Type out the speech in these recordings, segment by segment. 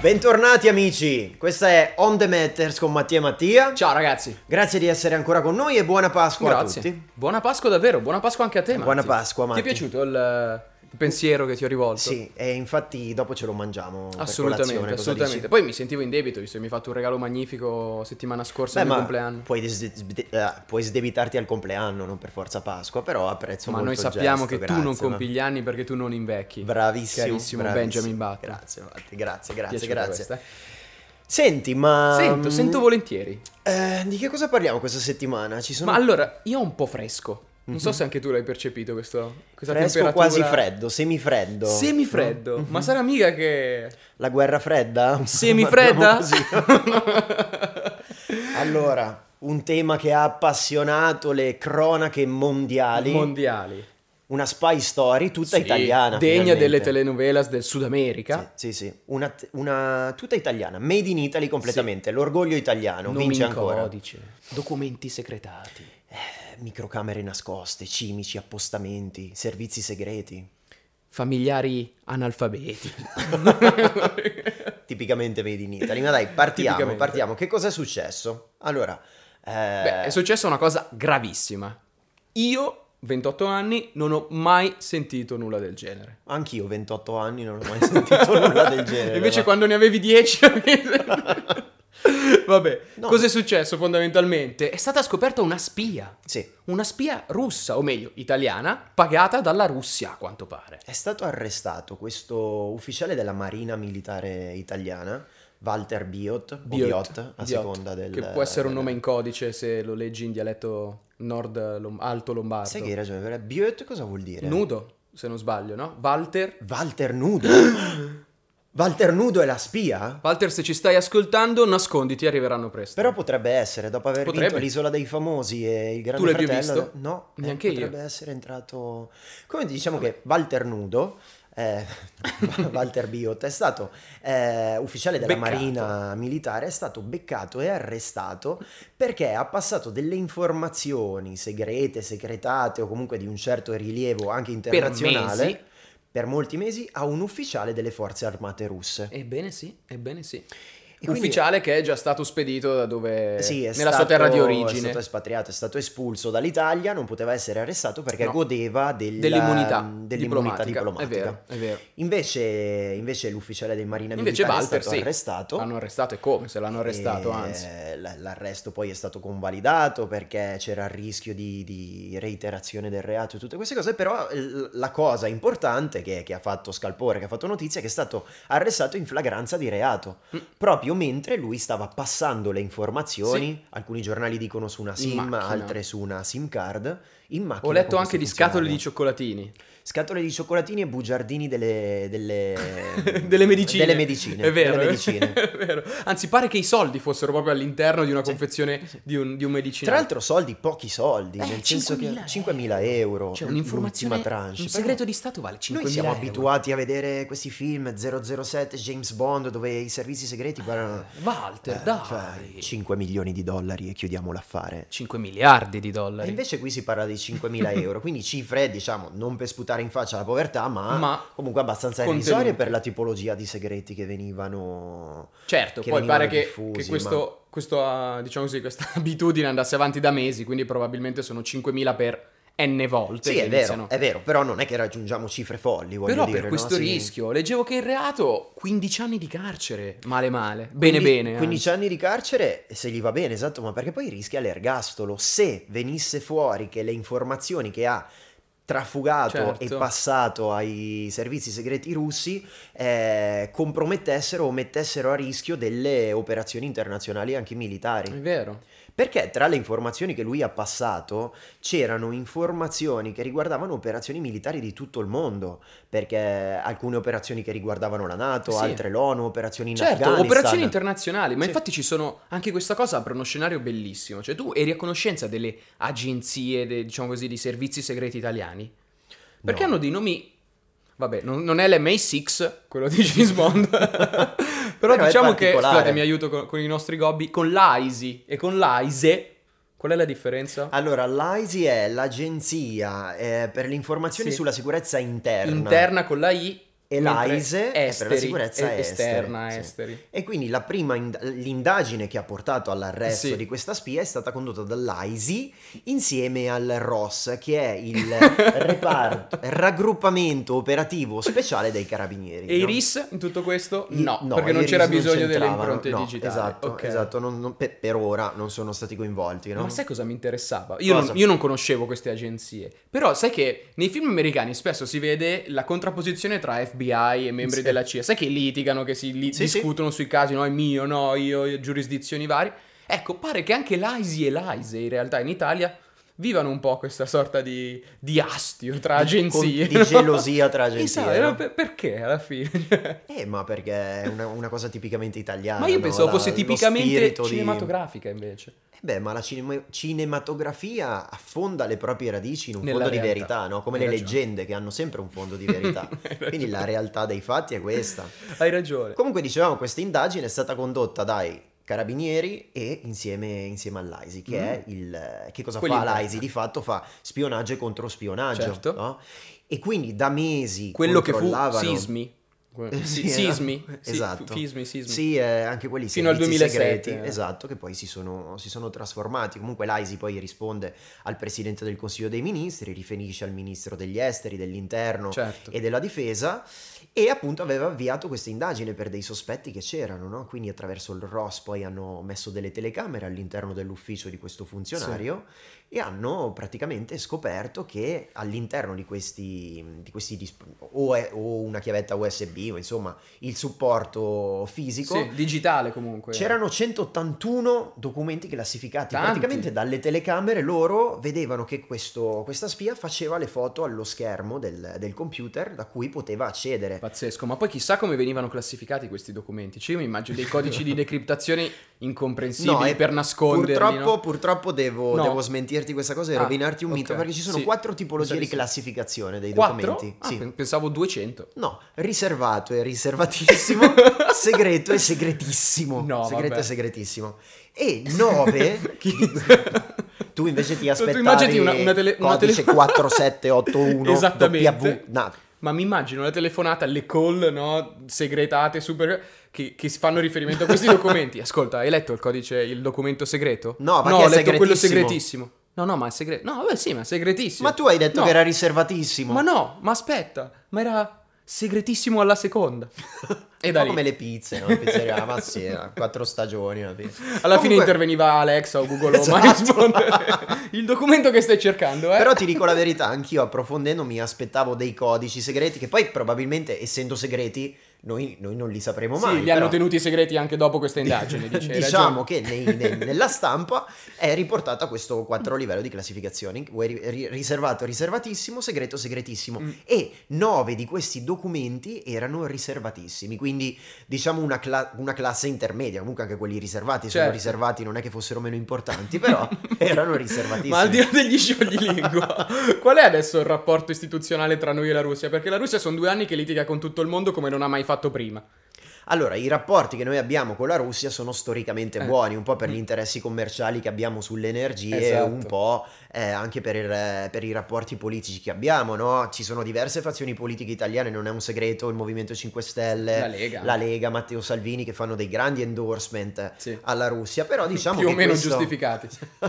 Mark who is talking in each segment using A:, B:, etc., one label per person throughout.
A: Bentornati amici, questa è On The Matters con Mattia e Mattia.
B: Ciao ragazzi.
A: Grazie di essere ancora con noi e buona Pasqua
B: Grazie.
A: a tutti.
B: Buona Pasqua davvero, buona Pasqua anche a te. Matti.
A: Buona Pasqua, Matti.
B: Ti è piaciuto il, il pensiero che ti ho rivolto?
A: Sì, e infatti dopo ce lo mangiamo. per colazione,
B: Assolutamente,
A: cosa
B: assolutamente.
A: dici?
B: Poi mi sentivo in debito, visto che mi hai fatto un regalo magnifico settimana scorsa
A: Beh,
B: al mio
A: ma
B: compleanno.
A: puoi, des- sde- eh, puoi sdebitarti al compleanno, non per forza Pasqua, però apprezzo
B: Ma
A: molto
B: noi
A: il
B: sappiamo
A: gesto,
B: che
A: grazie,
B: tu non
A: ma-
B: compi gli anni perché tu non invecchi.
A: Bravissimo,
B: Carissimo
A: bravissimo.
B: Benjamin Button.
A: Grazie, Matti, grazie, grazie,
B: Piaciuta
A: grazie.
B: questa, eh?
A: Senti, ma mm,
B: Sento, sento volentieri.
A: eh, di che cosa parliamo questa settimana? Ci sono Mhm.
B: Ma allora, io ho un po' fresco. Non so se anche tu l'hai percepito questo, questa
A: fresco
B: temperatura.
A: quasi freddo, Mhm. semifreddo.
B: Semifreddo. Ma sarà mica che...
A: La guerra fredda?
B: Semifredda?
A: Guardiamo così. allora, un tema che ha appassionato le cronache mondiali.
B: Mondiali.
A: una spy story tutta
B: Sì,
A: italiana.
B: Degna
A: finalmente.
B: delle telenovelas del Sud America.
A: Sì, sì, sì. Una, una- tutta italiana, made in Italy completamente, l'orgoglio italiano,
B: Nomi
A: vince
B: in
A: ancora.
B: codice, documenti segretati.
A: Eh, microcamere nascoste, cimici, appostamenti, servizi segreti.
B: Familiari analfabeti.
A: Tipicamente made in Italy. Ma dai, partiamo,
B: Tipicamente.
A: partiamo. Che cosa è successo? Allora, eh,
B: Beh, è successa una cosa gravissima. Io, 28 anni, non ho mai sentito nulla del genere.
A: Anch'io 28 anni non ho mai sentito nulla del genere.
B: Invece
A: ma-
B: quando ne avevi 10... Vabbè,
A: No.
B: cosa è successo fondamentalmente? È stata scoperta una spia.
A: Sì,
B: Una spia russa, o meglio, italiana, pagata dalla Russia, a quanto pare.
A: è stato arrestato questo ufficiale della Marina Militare Italiana, Walter Biot, o Biot, a
B: Biot,
A: seconda del...
B: Che può essere un
A: del-
B: nome in codice se lo leggi in dialetto nord lom- alto lombardo.
A: Sai che hai ragione, perché Biot cosa vuol dire?
B: Nudo, se non sbaglio, no? Walter.
A: Walter Nudo. Walter Nudo è la spia?
B: Walter, se ci stai ascoltando, nasconditi, arriveranno presto.
A: Però potrebbe essere, dopo aver
B: Potrebbe.
A: vinto l'Isola dei Famosi e il Grande
B: Tu l'hai più
A: Fratello...
B: visto?
A: No, eh,
B: Neanche io.
A: potrebbe essere entrato... Come diciamo che Walter Nudo, eh, Walter Biot, è stato eh, ufficiale della
B: Beccato.
A: Marina Militare, è stato beccato e arrestato perché ha passato delle informazioni segrete, secretate o comunque di un certo rilievo anche internazionale...
B: mesi.
A: per molti mesi a un ufficiale delle forze armate russe.
B: Ebbene sì, ebbene sì.
A: E quindi-
B: Ufficiale che è già stato spedito da dove...
A: Sì, è
B: Eh, nella
A: stato-
B: sua terra di
A: È
B: origine.
A: stato espatriato, è stato espulso dall'Italia, non poteva essere arrestato perché
B: No.
A: godeva della-
B: Dell'immunità,
A: dell'immunità diplomatica.
B: È vero, è vero.
A: Invece, invece l'ufficiale dei Marina
B: Invece
A: Militare
B: Walter,
A: è stato
B: sì.
A: arrestato.
B: L'hanno arrestato e come se l'hanno arrestato,
A: e
B: anzi.
A: l- L'arresto poi è stato convalidato perché c'era il rischio di, di reiterazione del reato e tutte queste cose, però eh, l- la cosa importante che, che ha fatto scalpore, che ha fatto notizia, è che è stato arrestato in flagranza di reato,
B: Mm.
A: proprio mentre lui stava passando le informazioni, alcuni giornali dicono su una SIM,
B: macchina.
A: altre su una SIM card, in macchina.
B: Ho letto
A: con questo
B: anche di scatole
A: funzionario.
B: di cioccolatini.
A: Scatole di cioccolatini e bugiardini delle... delle...
B: delle medicine.
A: Delle medicine.
B: È vero.
A: delle medicine.
B: è vero. Anzi, pare che i soldi fossero proprio all'interno di una
A: Sì.
B: confezione di un, di un medicinale.
A: Tra l'altro soldi, pochi soldi,
B: Cioè, Eh,
A: nel senso che
B: 5.000
A: 5.000 euro,
B: Cioè, un'informazione,
A: l'ultima tranche.
B: un
A: Però
B: segreto di Stato vale 5.000
A: Noi siamo
B: euro.
A: abituati a vedere questi film 007, James Bond, dove i servizi segreti guardano...
B: Walter,
A: eh,
B: Eh, dai.
A: cioè, 5 milioni di dollari e chiudiamo l'affare.
B: 5 miliardi di
A: E
B: dollari.
A: invece qui si parla di 5.000 euro, quindi cifre, diciamo, non per sputare in faccia la povertà, ma,
B: Ma
A: comunque abbastanza
B: contenute.
A: irrisorie per la tipologia di segreti che venivano...
B: Certo,
A: che
B: poi
A: venivano
B: pare che,
A: diffusi,
B: che questo, questo, ah, diciamo così, questa abitudine andasse avanti da mesi, quindi probabilmente sono 5.000 per n volte.
A: Sì,
B: che
A: è
B: iniziano.
A: vero, è vero, però non è che raggiungiamo cifre folli, voglio
B: Però
A: dire,
B: per
A: no?
B: questo
A: Sì.
B: rischio, leggevo che il reato 15 anni di carcere, male male, bene
A: Quindi-
B: bene.
A: 15 anni di carcere se gli va bene, esatto, ma perché poi rischia l'ergastolo. Se venisse fuori che le informazioni che ha trafugato
B: Certo.
A: e passato ai servizi segreti russi eh, compromettessero o mettessero a rischio delle operazioni internazionali anche
B: anzi.
A: militari.
B: È vero.
A: Perché tra le informazioni che lui ha passato c'erano informazioni che riguardavano operazioni militari di tutto il mondo, perché alcune operazioni che riguardavano la Nato,
B: Sì.
A: altre l'ONU, operazioni in
B: Certo,
A: Afghanistan.
B: operazioni internazionali, ma
A: Sì.
B: infatti ci sono anche questa cosa apre uno scenario bellissimo, cioè tu eri a conoscenza delle agenzie, de- diciamo così, di servizi segreti italiani? Perché
A: No.
B: hanno dei nomi, vabbè, non, non è l'MI6, quello di James Bond, però,
A: Però è
B: diciamo che,
A: particolare.
B: scusate mi aiuto con, con i nostri gobbi, con l'AISI e con l'AISE, qual è la differenza?
A: Allora, l'AISI è l'agenzia eh, per l'informazione
B: Sì.
A: sulla sicurezza interna.
B: Interna con la I
A: e
B: Mentre
A: l'AISE è per la
B: esteri,
A: sicurezza
B: e- esterna,
A: estere, sì.
B: esteri.
A: E quindi la prima ind- l'indagine che ha portato all'arresto
B: Sì.
A: di questa spia è stata condotta dall'AISI insieme al ROS, che è il reparto, raggruppamento operativo speciale dei carabinieri.
B: E i
A: no?
B: RIS in tutto questo?
A: I-
B: No,
A: no,
B: perché non
A: i
B: c'era
A: RIS
B: bisogno delle
A: c'entravano,
B: impronte
A: no,
B: digitali.
A: Esatto,
B: Ok.
A: esatto non- non- per, per ora non sono stati coinvolti. No?
B: Ma sai cosa mi interessava? Io non,
A: Cosa?
B: io non conoscevo queste agenzie. Però sai che nei film americani spesso si vede la contrapposizione tra FBI e membri
A: Sì.
B: della CIA. Sai che litigano, che si li-
A: Sì, sì.
B: discutono sui casi, no, è mio, no, io, giurisdizioni varie. Ecco, pare che anche l'AISI e l'AISE in realtà in Italia vivano un po' questa sorta di, di astio tra agenzie.
A: Con- di
B: no?
A: gelosia tra agenzie.
B: Esatto,
A: no?
B: no, per- perché alla fine?
A: Eh, ma perché è una, una cosa tipicamente italiana.
B: Ma io
A: Ah, no?
B: pensavo
A: La-
B: fosse
A: lo
B: tipicamente
A: spirito di-
B: cinematografica invece.
A: Eh beh, ma la cinema- cinematografia affonda le proprie radici in un
B: Nella
A: fondo di
B: realtà.
A: verità, no? Come
B: Hai
A: le
B: ragione.
A: leggende che hanno sempre un fondo di verità.
B: Hai
A: Quindi la
B: ragione.
A: realtà dei fatti è questa.
B: Hai ragione.
A: Comunque dicevamo, questa indagine è stata condotta dai carabinieri e insieme, insieme all'AISI, che
B: Mm.
A: è il... Che cosa fa
B: Quell'indagine.
A: l'AISI? Di fatto fa spionaggio contro spionaggio,
B: Certo.
A: no? E quindi da mesi
B: quello che fu
A: controllavano-
B: sismi. Que-
A: Sì,
B: si-
A: eh,
B: sismi, Sì,
A: esatto.
B: fu- fismi, sismi.
A: Sì, eh, anche quelli
B: Fino al
A: servizi
B: 2007,
A: segreti,
B: eh.
A: esatto, che poi si sono, si sono trasformati. Comunque l'AISI poi risponde al Presidente del Consiglio dei Ministri, riferisce al Ministro degli Esteri, dell'Interno
B: certo.
A: e della Difesa e appunto aveva avviato questa indagine per dei sospetti che c'erano, no? Quindi attraverso il ROS poi hanno messo delle telecamere all'interno dell'ufficio di questo funzionario e hanno praticamente scoperto che all'interno di questi, di questi disp- o, è- o una chiavetta USB o insomma il supporto fisico
B: Sì, digitale comunque.
A: C'erano 181 documenti classificati.
B: Tanti.
A: Praticamente dalle telecamere loro vedevano che questo- questa spia faceva le foto allo schermo del, del computer da cui poteva accedere.
B: Pazzesco, ma poi chissà come venivano classificati questi documenti. Cioè, io mi immagino dei codici di decriptazione incomprensibili
A: e
B: per nasconderli.
A: Purtroppo,
B: no?
A: purtroppo devo,
B: No.
A: devo smentirti questa cosa e
B: Ah,
A: rovinarti un
B: ok.
A: mito perché ci sono
B: Sì.
A: quattro
B: Mi
A: tipologie
B: sa
A: di
B: di sì.
A: classificazione dei
B: Quattro?
A: documenti.
B: Ah,
A: Sì.
B: pen- pensavo 200.
A: No, riservato e riservatissimo, segreto e segretissimo.
B: No,
A: segreto
B: vabbè.
A: e segretissimo. E 9
B: Chi-
A: Tu invece ti
B: Tu- tu
A: aspettavi
B: immagini una- una tele- una
A: codice
B: tele-
A: 4781
B: Esattamente.
A: W. No,
B: Ma mi immagino la telefonata, le call, no? Segretate, super. Che, che si fanno riferimento a questi documenti. Ascolta, hai letto il codice, il documento segreto?
A: No, ma
B: no,
A: che è
B: ho letto quello
A: segretissimo.
B: segretissimo. No, no, ma è segreto. No, beh, sì, ma è segretissimo.
A: ma tu hai detto
B: No,
A: che era riservatissimo.
B: Ma no, ma aspetta, ma era segretissimo alla seconda. E da
A: Un po'
B: lì.
A: come le pizze, no? La pizzeria, ma sì, era quattro stagioni. Alla fine,
B: Alla fine
A: Comunque-
B: interveniva Alexa o Google Home a
A: Esatto.
B: rispondere. Il documento che stai cercando, eh?
A: Però ti dico la verità, anch'io approfondendo mi aspettavo dei codici segreti che poi probabilmente essendo segreti noi, noi non li sapremo
B: Sì,
A: mai.
B: li
A: però-
B: hanno tenuti segreti anche dopo questa indagine. dice, hai
A: diciamo
B: ragione.
A: che nei- nei- nella stampa è riportata questo quattro livello di classificazioni, vuoi ri- ri- riservato, riservatissimo, segreto, segretissimo
B: Mm.
A: e nove di questi documenti erano riservatissimi, quindi diciamo una, cla- una classe intermedia, comunque anche quelli riservati sono
B: Certo.
A: riservati, non è che fossero meno importanti, però erano riservatissimi.
B: Ma al di là degli scioglilingua, qual è adesso il rapporto istituzionale tra noi e la Russia? Perché la Russia sono due anni che litiga con tutto il mondo come non ha mai fatto prima.
A: Allora, i rapporti che noi abbiamo con la Russia sono storicamente
B: Eh.
A: buoni, un po' per
B: Mm.
A: gli interessi commerciali che abbiamo sulle energie,
B: Esatto.
A: un po' eh, anche per, eh, per i rapporti politici che abbiamo, no? Ci sono diverse fazioni politiche italiane, non è un segreto, il Movimento 5 Stelle,
B: La
A: Eh, la,
B: Lega.
A: Lega, Matteo Salvini che fanno dei grandi endorsement
B: Sì.
A: alla Russia, però diciamo
B: Più o
A: che
B: meno
A: questo-
B: giustificati.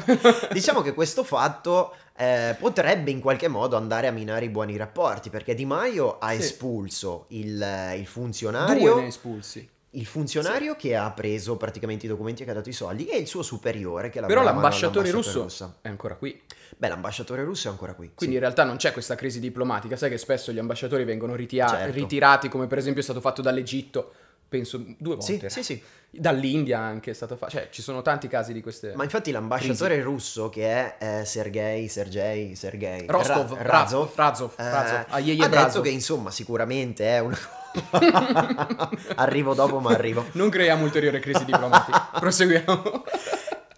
A: diciamo che questo fatto eh, potrebbe in qualche modo andare a minare i buoni rapporti, perché Di Maio ha
B: Sì.
A: espulso il, il funzionario
B: Due ne espulsi.
A: il funzionario che ha preso praticamente i documenti e che ha dato i soldi e il suo superiore che
B: Però
A: lavora
B: l'ambasciatore
A: all'ambasciata
B: russo
A: russa.
B: è ancora qui.
A: Beh, l'ambasciatore russo è ancora qui.
B: Quindi in realtà non c'è questa crisi diplomatica, sai che spesso gli ambasciatori vengono ritia-
A: Certo.
B: ritirati, come per esempio è stato fatto dall'Egitto, penso due
A: sì.
B: volte.
A: Sì, sì, sì.
B: Dall'India anche è stato fatto, cioè ci sono tanti casi di queste...
A: Ma infatti l'ambasciatore russo che è eh, Sergei, Sergei, Sergei
B: Rostov,
A: Ra-
B: Razov,
A: Razov,
B: Razov,
A: eh,
B: Razov, Aieie
A: ha detto
B: Razov.
A: che insomma sicuramente è una Arrivo dopo, ma arrivo.
B: Non creiamo ulteriore crisi diplomatica, proseguiamo.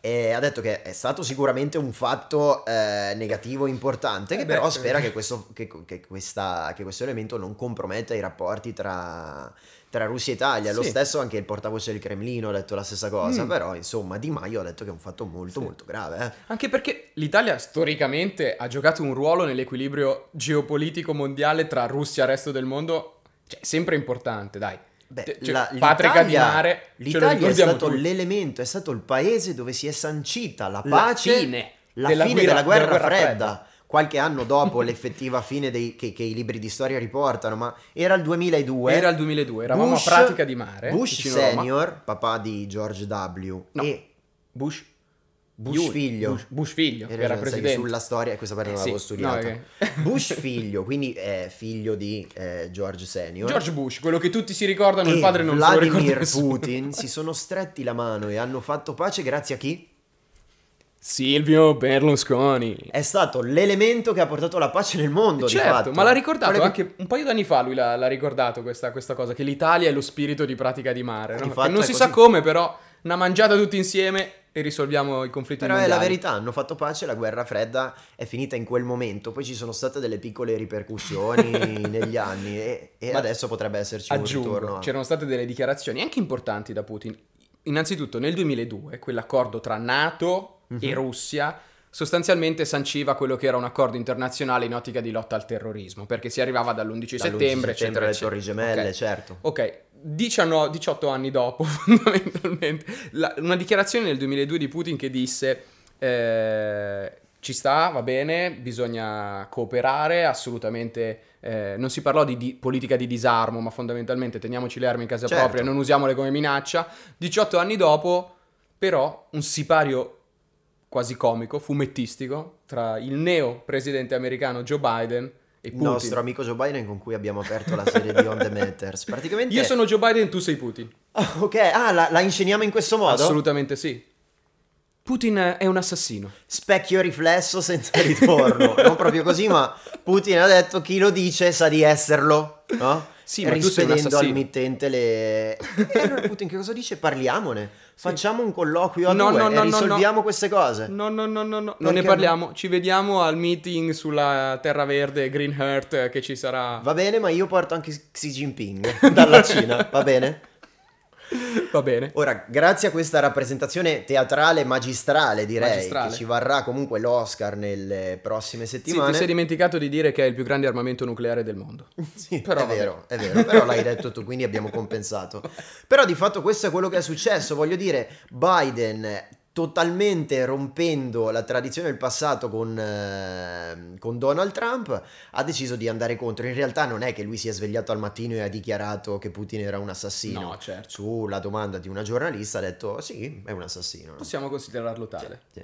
A: E ha detto che è stato sicuramente un fatto eh, negativo importante,
B: Eh
A: che
B: beh,
A: però
B: eh.
A: spera che questo, che- che questa- che questo elemento non comprometta i rapporti tra, tra Russia e Italia. Lo
B: Sì.
A: stesso anche il portavoce del Cremlino ha detto la stessa cosa,
B: Mm.
A: però insomma Di Maio ha detto che è un fatto molto
B: Sì.
A: molto grave. eh.
B: Anche perché l'Italia storicamente ha giocato un ruolo nell'equilibrio geopolitico mondiale tra Russia e il resto del mondo Cioè, sempre importante, dai.
A: Beh,
B: Te- cioè,
A: Eh, la-
B: Patrick a
A: l'Italia-
B: Dinare, ce lo
A: L'Italia è
B: ricordiamo
A: stato
B: tutti.
A: l'elemento, è stato il paese dove si è sancita la
B: La
A: pace,
B: fine
A: la
B: della
A: fine
B: guerra-
A: della guerra,
B: della guerra
A: fredda. Qualche anno dopo l'effettiva fine dei- che, che i libri di storia riportano, ma era il 2002.
B: Era il 2002, eravamo
A: Bush-
B: a Pratica di Mare.
A: Bush
B: vicino a Roma.
A: senior, papà di George W.
B: No.
A: E
B: Bush.
A: Bush
B: Junior,
A: figlio.
B: Bush, Bush figlio,
A: hai
B: che
A: ragione,
B: era
A: sai che
B: presidente.
A: sulla storia, questa parte
B: Eh,
A: non
B: sì,
A: l'avevo studiata.
B: no, ok.
A: Bush figlio, quindi eh, figlio di eh, George senior.
B: George Bush, quello che tutti si ricordano, il
A: e
B: padre non se lo ricorda
A: Vladimir
B: nessuno.
A: Putin si sono stretti la mano e hanno fatto pace grazie a chi?
B: Silvio Berlusconi.
A: È stato l'elemento che ha portato la pace nel mondo, di
B: Certo,
A: fatto.
B: ma l'ha ricordato
A: Volevo-
B: anche un paio d'anni fa lui l'ha, l'ha ricordato questa, questa cosa, che l'Italia è lo spirito di pratica di mare. no?
A: Di
B: Che
A: fatto
B: non
A: è
B: si
A: così.
B: sa come, però, una mangiata tutti insieme e risolviamo i conflitti
A: Però è
B: mondiali.
A: la verità, hanno fatto pace, la guerra fredda è finita in quel momento, poi ci sono state delle piccole ripercussioni negli anni e, e
B: Ma
A: adesso potrebbe esserci un ritorno.
B: Aggiungo,
A: a-
B: c'erano state delle dichiarazioni anche importanti da Putin. Innanzitutto nel 2002 quell'accordo tra NATO e
A: Mhm.
B: Russia sostanzialmente sanciva quello che era un accordo internazionale in ottica di lotta al terrorismo, perché si arrivava
A: dall'11
B: dall'11 settembre, eccetera,
A: alle
B: eccetera.
A: Torri Gemelle,
B: Ok.
A: certo.
B: Ok, 19 18 anni dopo, fondamentalmente, la- una dichiarazione nel 2002 di Putin che disse: eh, Ci sta, va bene, bisogna cooperare, assolutamente. eh, non si parlò di, di- politica di disarmo, ma fondamentalmente teniamoci le armi in casa
A: Certo.
B: propria, non usiamole come minaccia. 18 anni dopo, però, un sipario quasi comico, fumettistico, tra il neo presidente americano Joe Biden e
A: Il
B: Putin.
A: nostro amico Joe Biden con cui abbiamo aperto la serie di On The Matters. Praticamente...
B: Io sono Joe Biden, tu sei Putin.
A: Ah, ok, ah, la, la insceniamo in questo modo?
B: Assolutamente sì. Putin è un assassino.
A: Specchio riflesso senza ritorno. non proprio così, ma Putin ha detto chi lo dice sa di esserlo, no?
B: Sì, ma tu sei
A: rispedendo
B: un
A: al
B: assassino.
A: mittente le... E allora Putin che cosa dice? Parliamone, facciamo un colloquio a
B: No,
A: due
B: no,
A: e
B: no, no,
A: risolviamo
B: no.
A: queste cose.
B: No, no, no, no, no. Non
A: Perché
B: ne parliamo. Ci vediamo al meeting sulla Terra Verde, Green Earth, eh, che ci sarà.
A: Va bene, ma io porto anche Xi Jinping dalla Cina, va bene?
B: Va bene.
A: Ora, grazie a questa rappresentazione teatrale magistrale, direi,
B: Magistrale.
A: che ci varrà comunque l'Oscar nelle prossime
B: Sì, ti
A: settimane.
B: sei dimenticato di dire che è il più grande armamento nucleare del mondo.
A: Sì,
B: Però
A: è
B: vabbè.
A: vero, è vero, però l'hai detto tu, quindi abbiamo compensato. Però di fatto questo è quello che è successo, voglio dire, Biden eh, totalmente rompendo la tradizione del passato con, eh, con Donald Trump ha deciso di andare contro. In realtà non è che lui si è svegliato al mattino e ha dichiarato che Putin era un assassino.
B: No, certo.
A: Sulla domanda di una giornalista ha detto sì, è un assassino. no?"
B: Possiamo considerarlo tale.
A: Sì.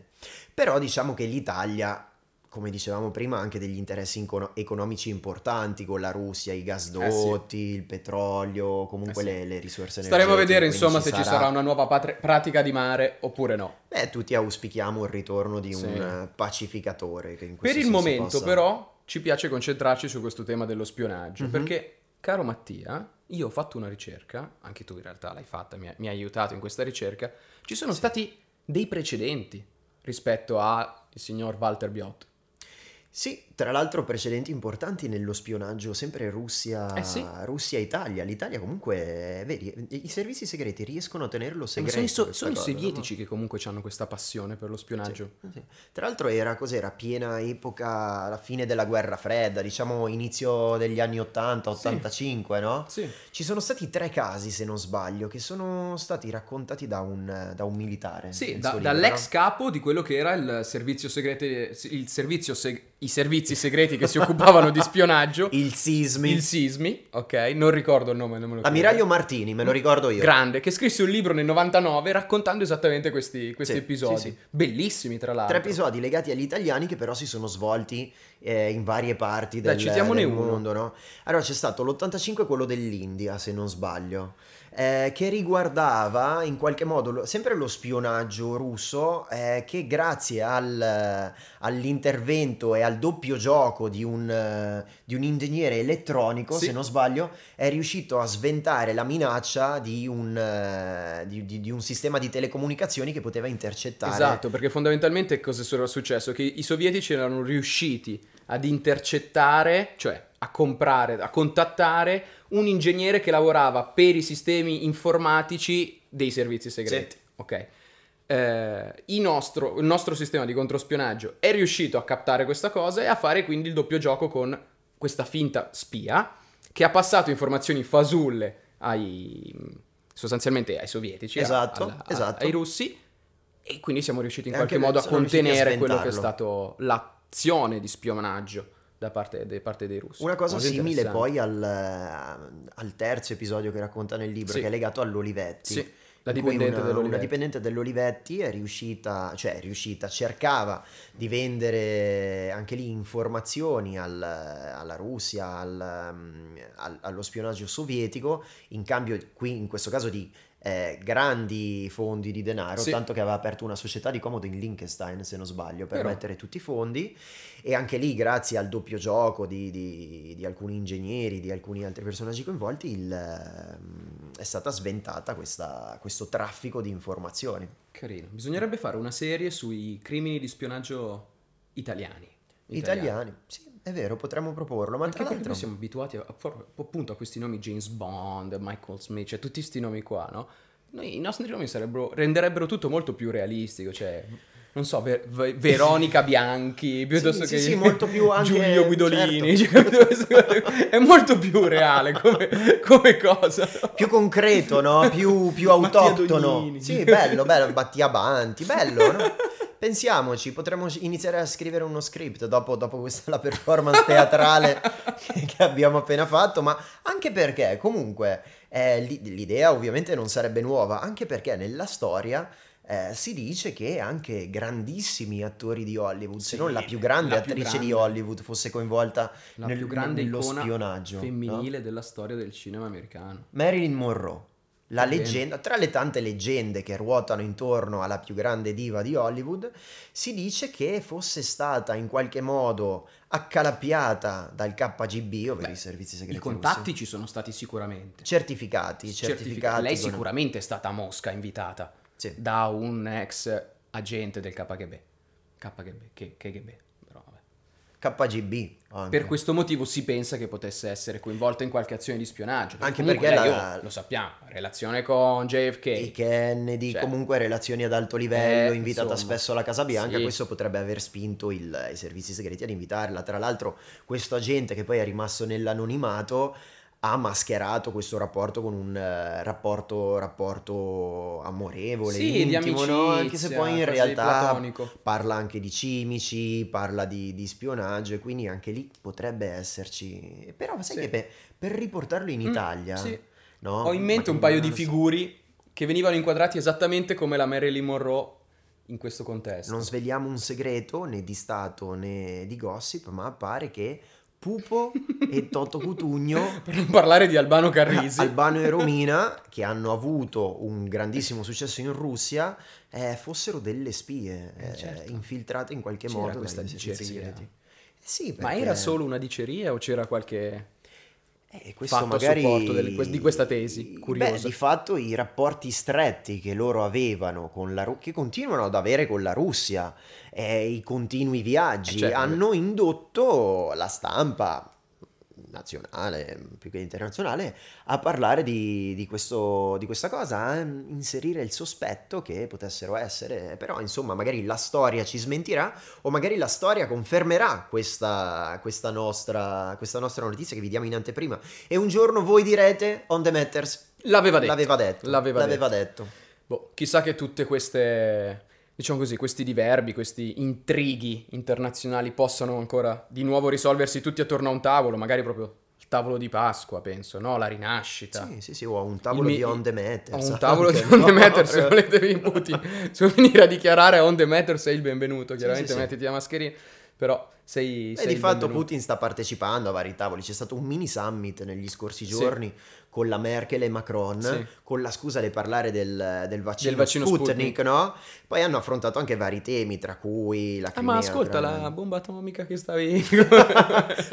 A: Però diciamo che l'Italia, come dicevamo prima, ha anche degli interessi incono- economici importanti con la Russia, i gasdotti, il petrolio, comunque
B: Eh sì.
A: le, le risorse energetiche.
B: Staremo a vedere,
A: quindi
B: insomma, se ci sarà una nuova patre- pratica di mare oppure no.
A: Beh, tutti auspichiamo il ritorno di
B: Sì.
A: un eh, pacificatore. Che in
B: Per
A: questo
B: il
A: senso
B: momento,
A: possa-
B: però, ci piace concentrarci su questo tema dello spionaggio.
A: Mhm.
B: Perché, caro Mattia, io ho fatto una ricerca, anche tu in realtà l'hai fatta, mi, hai- mi hai aiutato in questa ricerca. Ci sono stati dei precedenti rispetto al signor Walter Biot.
A: Sì, tra l'altro precedenti importanti nello spionaggio, sempre Russia,
B: Eh sì.
A: Russia-Italia. L'Italia comunque, eh, vedi, i servizi segreti riescono a tenerlo
B: Eh, Cioè, Ma
A: segreto.
B: sono i, so-
A: questa
B: sono i
A: cosa, no?
B: sovietici che comunque hanno questa passione per lo spionaggio.
A: Ah, Sì. Tra l'altro era cos'era? Piena epoca, la fine della guerra fredda, diciamo inizio degli anni 80, 85, no?
B: Sì.
A: Ci sono stati tre casi, se non sbaglio, che sono stati raccontati da un, da un militare.
B: Sì,
A: nel
B: da-
A: suo libro,
B: dall'ex
A: no?
B: capo di quello che era il servizio segreto, il servizio seg- i servizi segreti che si occupavano di spionaggio.
A: Il Sismi.
B: Il Sismi, ok, non ricordo il nome, non me lo ricordo.
A: Ammiraglio Martini, me lo ricordo io.
B: Grande, che scrisse un libro nel 99 raccontando esattamente questi, questi
A: Sì,
B: episodi.
A: sì, sì.
B: Bellissimi, tra l'altro.
A: Tre episodi legati agli italiani che però si sono svolti eh, in varie parti
B: Dai,
A: del,
B: citiamone
A: del
B: uno.
A: mondo. No? Allora c'è stato l'85, quello dell'India, se non sbaglio, eh, che riguardava in qualche modo lo- sempre lo spionaggio russo eh, che grazie al- all'intervento e al doppio gioco di un, eh, di un ingegnere elettronico,
B: Sì.
A: se non sbaglio, è riuscito a sventare la minaccia di un, eh, di- di- di un sistema di telecomunicazioni che poteva intercettare.
B: Esatto, perché fondamentalmente cosa era successo? Che i sovietici erano riusciti ad intercettare, cioè a comprare, a contattare un ingegnere che lavorava per i sistemi informatici dei servizi segreti. Ok. Eh, il, nostro, il nostro sistema di controspionaggio è riuscito a captare questa cosa e a fare quindi il doppio gioco con questa finta spia che ha passato informazioni fasulle ai, sostanzialmente ai sovietici, a-
A: Esatto,
B: alla- a-
A: esatto.
B: ai russi, e quindi siamo riusciti in
A: E
B: qualche
A: anche
B: modo a
A: sono riusciti a
B: contenere quello che è
A: sventarlo.
B: stato l'azione di spionaggio da parte, da parte dei russi.
A: Una cosa
B: Molto
A: simile
B: interessante.
A: poi al, eh, al terzo episodio che racconta nel libro,
B: Sì.
A: che è legato all'Olivetti.
B: Sì, la
A: in cui
B: dipendente
A: una,
B: dell'Olivetti.
A: una dipendente dell'Olivetti è riuscita, cioè è riuscita, cercava di vendere anche lì informazioni al- alla Russia, al, mm, al- allo spionaggio sovietico, in cambio qui in questo caso di eh, grandi fondi di denaro,
B: Sì.
A: tanto che aveva aperto una società di comodo in Liechtenstein, se non sbaglio, per
B: Però.
A: mettere tutti i fondi e anche lì grazie al doppio gioco di, di- di alcuni ingegneri, di alcuni altri personaggi coinvolti, il, ehm, è stata sventata questa- questo traffico di informazioni.
B: Carino. Bisognerebbe fare una serie sui crimini di spionaggio italiani.
A: Italiani, sì, è vero, potremmo proporlo, ma
B: Anche
A: tra
B: perché
A: l'altro...
B: noi siamo abituati a, a- appunto a questi nomi James Bond, Michael Smith, cioè tutti questi nomi qua, no? Noi, I nostri nomi sarebbero, renderebbero tutto molto più realistico, cioè, non so, Ver- Ve- Veronica Bianchi, piuttosto
A: sì,
B: che
A: sì, molto più anche- certo.
B: Giulio Guidolini, cioè, è molto più reale come, come cosa. no?
A: Più concreto, no? Più, più
B: Mattia
A: autoctono.
B: Dognini.
A: Sì, bello, bello, Battiabanti, bello, no? Pensiamoci, potremmo iniziare a scrivere uno script dopo, dopo questa la performance teatrale che che abbiamo appena fatto, ma anche perché comunque eh, l'i- l'idea ovviamente non sarebbe nuova, anche perché nella storia eh, si dice che anche grandissimi attori di Hollywood, se
B: Sì,
A: non la più grande
B: la più
A: attrice di
B: grande.
A: Hollywood fosse coinvolta
B: La
A: nel-
B: più grande
A: nello
B: icona
A: spionaggio no?
B: femminile della storia del cinema americano.
A: Marilyn Monroe, la
B: Bene.
A: leggenda, tra le tante leggende che ruotano intorno alla più grande diva di Hollywood, si dice che fosse stata in qualche modo accalappiata dal KGB, ovvero
B: Beh,
A: i servizi segreti
B: I contatti
A: russi.
B: ci sono stati sicuramente.
A: certificati, certificati,
B: Certifica- Lei
A: con-
B: sicuramente è stata a Mosca invitata
A: Sì.
B: da un ex agente del KGB. KGB, che- KGB, però vabbè.
A: KGB. anche.
B: Per questo motivo si pensa che potesse essere coinvolta in qualche azione di spionaggio.
A: Anche
B: comunque
A: perché
B: lei,
A: la-
B: oh, lo sappiamo, relazione con JFK.
A: i Kennedy,
B: Cioè-
A: comunque relazioni ad alto livello,
B: Eh,
A: invitata
B: insomma.
A: spesso alla Casa Bianca,
B: Sì.
A: questo potrebbe aver spinto il- i servizi segreti ad invitarla. Tra l'altro, questo agente che poi è rimasto nell'anonimato ha mascherato questo rapporto con un eh, rapporto, rapporto amorevole,
B: Sì, di
A: intimo, no? anche se
B: amicizia,
A: poi in
B: quasi
A: realtà
B: platonico.
A: parla anche di cimici, parla di, di spionaggio e quindi anche lì potrebbe esserci. Però sai
B: Sì.
A: che per, per riportarlo in
B: Mm,
A: Italia,
B: sì.
A: no?
B: Ho in mente un paio di figuri che venivano inquadrati esattamente come la Marilyn Monroe in questo contesto.
A: Non sveliamo un segreto né di Stato né di gossip, ma pare che Pupo e Toto Cutugno,
B: per non parlare di Albano Carrisi.
A: Albano e Romina, che hanno avuto un grandissimo successo in Russia, eh, fossero delle spie,
B: Eh,
A: eh,
B: certo.
A: infiltrate in qualche
B: C'era
A: modo
B: questa
A: dai servizi
B: diceria.
A: segreti. Eh Sì,
B: Ma
A: perché-
B: era solo una diceria o c'era qualche...
A: Eh, questo
B: fatto a
A: magari...
B: supporto del- que- di questa tesi,
A: Beh,
B: curiosa.
A: di fatto i rapporti stretti che loro avevano con la Russia, che continuano ad avere con la Russia, e i continui viaggi,
B: Eh, certo,
A: hanno indotto la stampa nazionale, più che internazionale, a parlare di, di questo- di questa cosa, a inserire il sospetto che potessero essere, però insomma magari la storia ci smentirà o magari la storia confermerà questa, questa nostra, questa nostra notizia che vi diamo in anteprima e un giorno voi direte on the matters,
B: L'aveva detto.
A: l'aveva detto,
B: L'aveva
A: detto.
B: Boh, chissà che tutte queste, diciamo così, questi diverbi, questi intrighi internazionali possano ancora di nuovo risolversi tutti attorno a un tavolo, magari proprio il tavolo di Pasqua, penso, no? La rinascita.
A: Sì, sì, sì, o a un tavolo
B: Il mi-
A: di on the matters.
B: Ho un tavolo di
A: anche,
B: On The
A: no?
B: Matter, se volete vi imputi. Se vuoi venire a dichiarare a On The Matter sei il benvenuto, chiaramente
A: sì, sì.
B: mettiti la mascherina, però sei,
A: E
B: sei
A: di
B: il
A: fatto
B: benvenuto.
A: Putin sta partecipando a vari tavoli. C'è stato un mini summit negli scorsi
B: Sì.
A: giorni con la Merkel e Macron,
B: Sì.
A: con la scusa di parlare del, del vaccino,
B: Del vaccino
A: Sputnik,
B: Sputnik.
A: no? Poi hanno affrontato anche vari temi, tra cui la
B: Ah,
A: Crimea.
B: ma ascolta
A: tra-
B: la bomba atomica che stavi...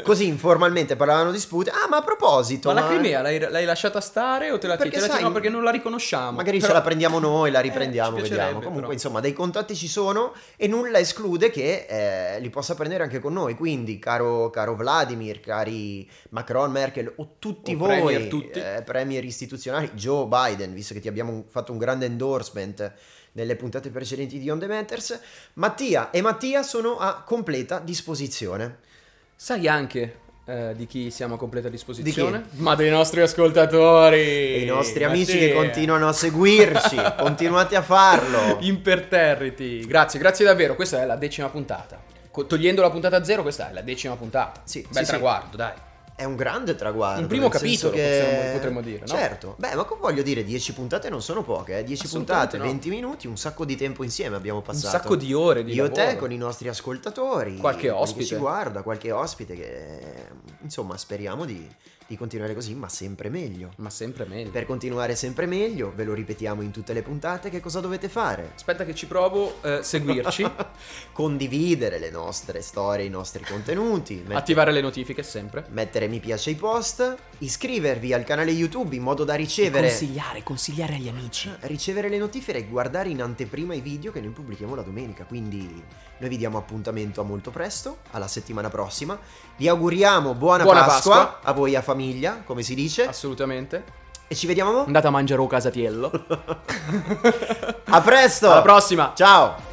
A: Così informalmente parlavano di Sputnik. Ah, ma a proposito,
B: Ma la Crimea l'hai, l'hai lasciata stare o te la
A: Perché
B: te la-
A: sai-
B: No, perché non la riconosciamo.
A: Magari
B: Però-
A: ce la prendiamo noi, la riprendiamo,
B: Eh, ci
A: vediamo.
B: piacerebbe,
A: Comunque,
B: però.
A: insomma, dei contatti ci sono e nulla esclude che eh, li possa prendere anche con noi. Quindi, caro, caro Vladimir, cari Macron, Merkel o tutti
B: O
A: voi,
B: premier tutti.
A: eh, premier istituzionali, Joe Biden, visto che ti abbiamo fatto un grande endorsement nelle puntate precedenti di On The Matters, Mattia e Mattia sono a completa disposizione.
B: Sai anche eh, di chi siamo a completa disposizione, ma dei nostri ascoltatori.
A: E i nostri
B: Ma
A: amici
B: sì.
A: che continuano a seguirci, continuate a farlo.
B: Imperterriti. Grazie, grazie davvero. Questa è la decima puntata. Co- Togliendo la puntata zero, questa è la decima puntata.
A: Sì,
B: Bel
A: sì, sì.
B: traguardo, dai.
A: È un grande traguardo.
B: Un primo
A: nel senso
B: capitolo, possiamo- potremmo dire, no?
A: Certo. Beh, ma co- voglio dire, 10 puntate non sono poche, eh. 10
B: Assolutamente
A: puntate,
B: no.
A: 20 minuti, un sacco di tempo insieme abbiamo passato.
B: Un sacco di ore di
A: Io e
B: lavoro.
A: te con i nostri ascoltatori.
B: Qualche
A: quelli che
B: ospite.
A: ci guarda, qualche ospite che... Insomma, speriamo di, di continuare così, ma sempre meglio.
B: Ma sempre meglio.
A: Per continuare sempre meglio, ve lo ripetiamo in tutte le puntate, che cosa dovete fare?
B: Aspetta che ci provo, eh, seguirci,
A: Condividere le nostre storie, i nostri contenuti. met-
B: attivare le notifiche sempre.
A: mettere mi piace ai post, iscrivervi al canale YouTube in modo da ricevere...
B: Consigliare, consigliare agli amici.
A: ricevere le notifiche e guardare in anteprima i video che noi pubblichiamo la domenica. Quindi noi vi diamo appuntamento a molto presto, alla settimana prossima. Vi auguriamo buona,
B: Buona
A: Pasqua,
B: Pasqua.
A: a voi e a famiglia, come si dice.
B: Assolutamente.
A: e ci vediamo
B: Andate a mangiare un casatiello.
A: a presto.
B: Alla prossima.
A: Ciao.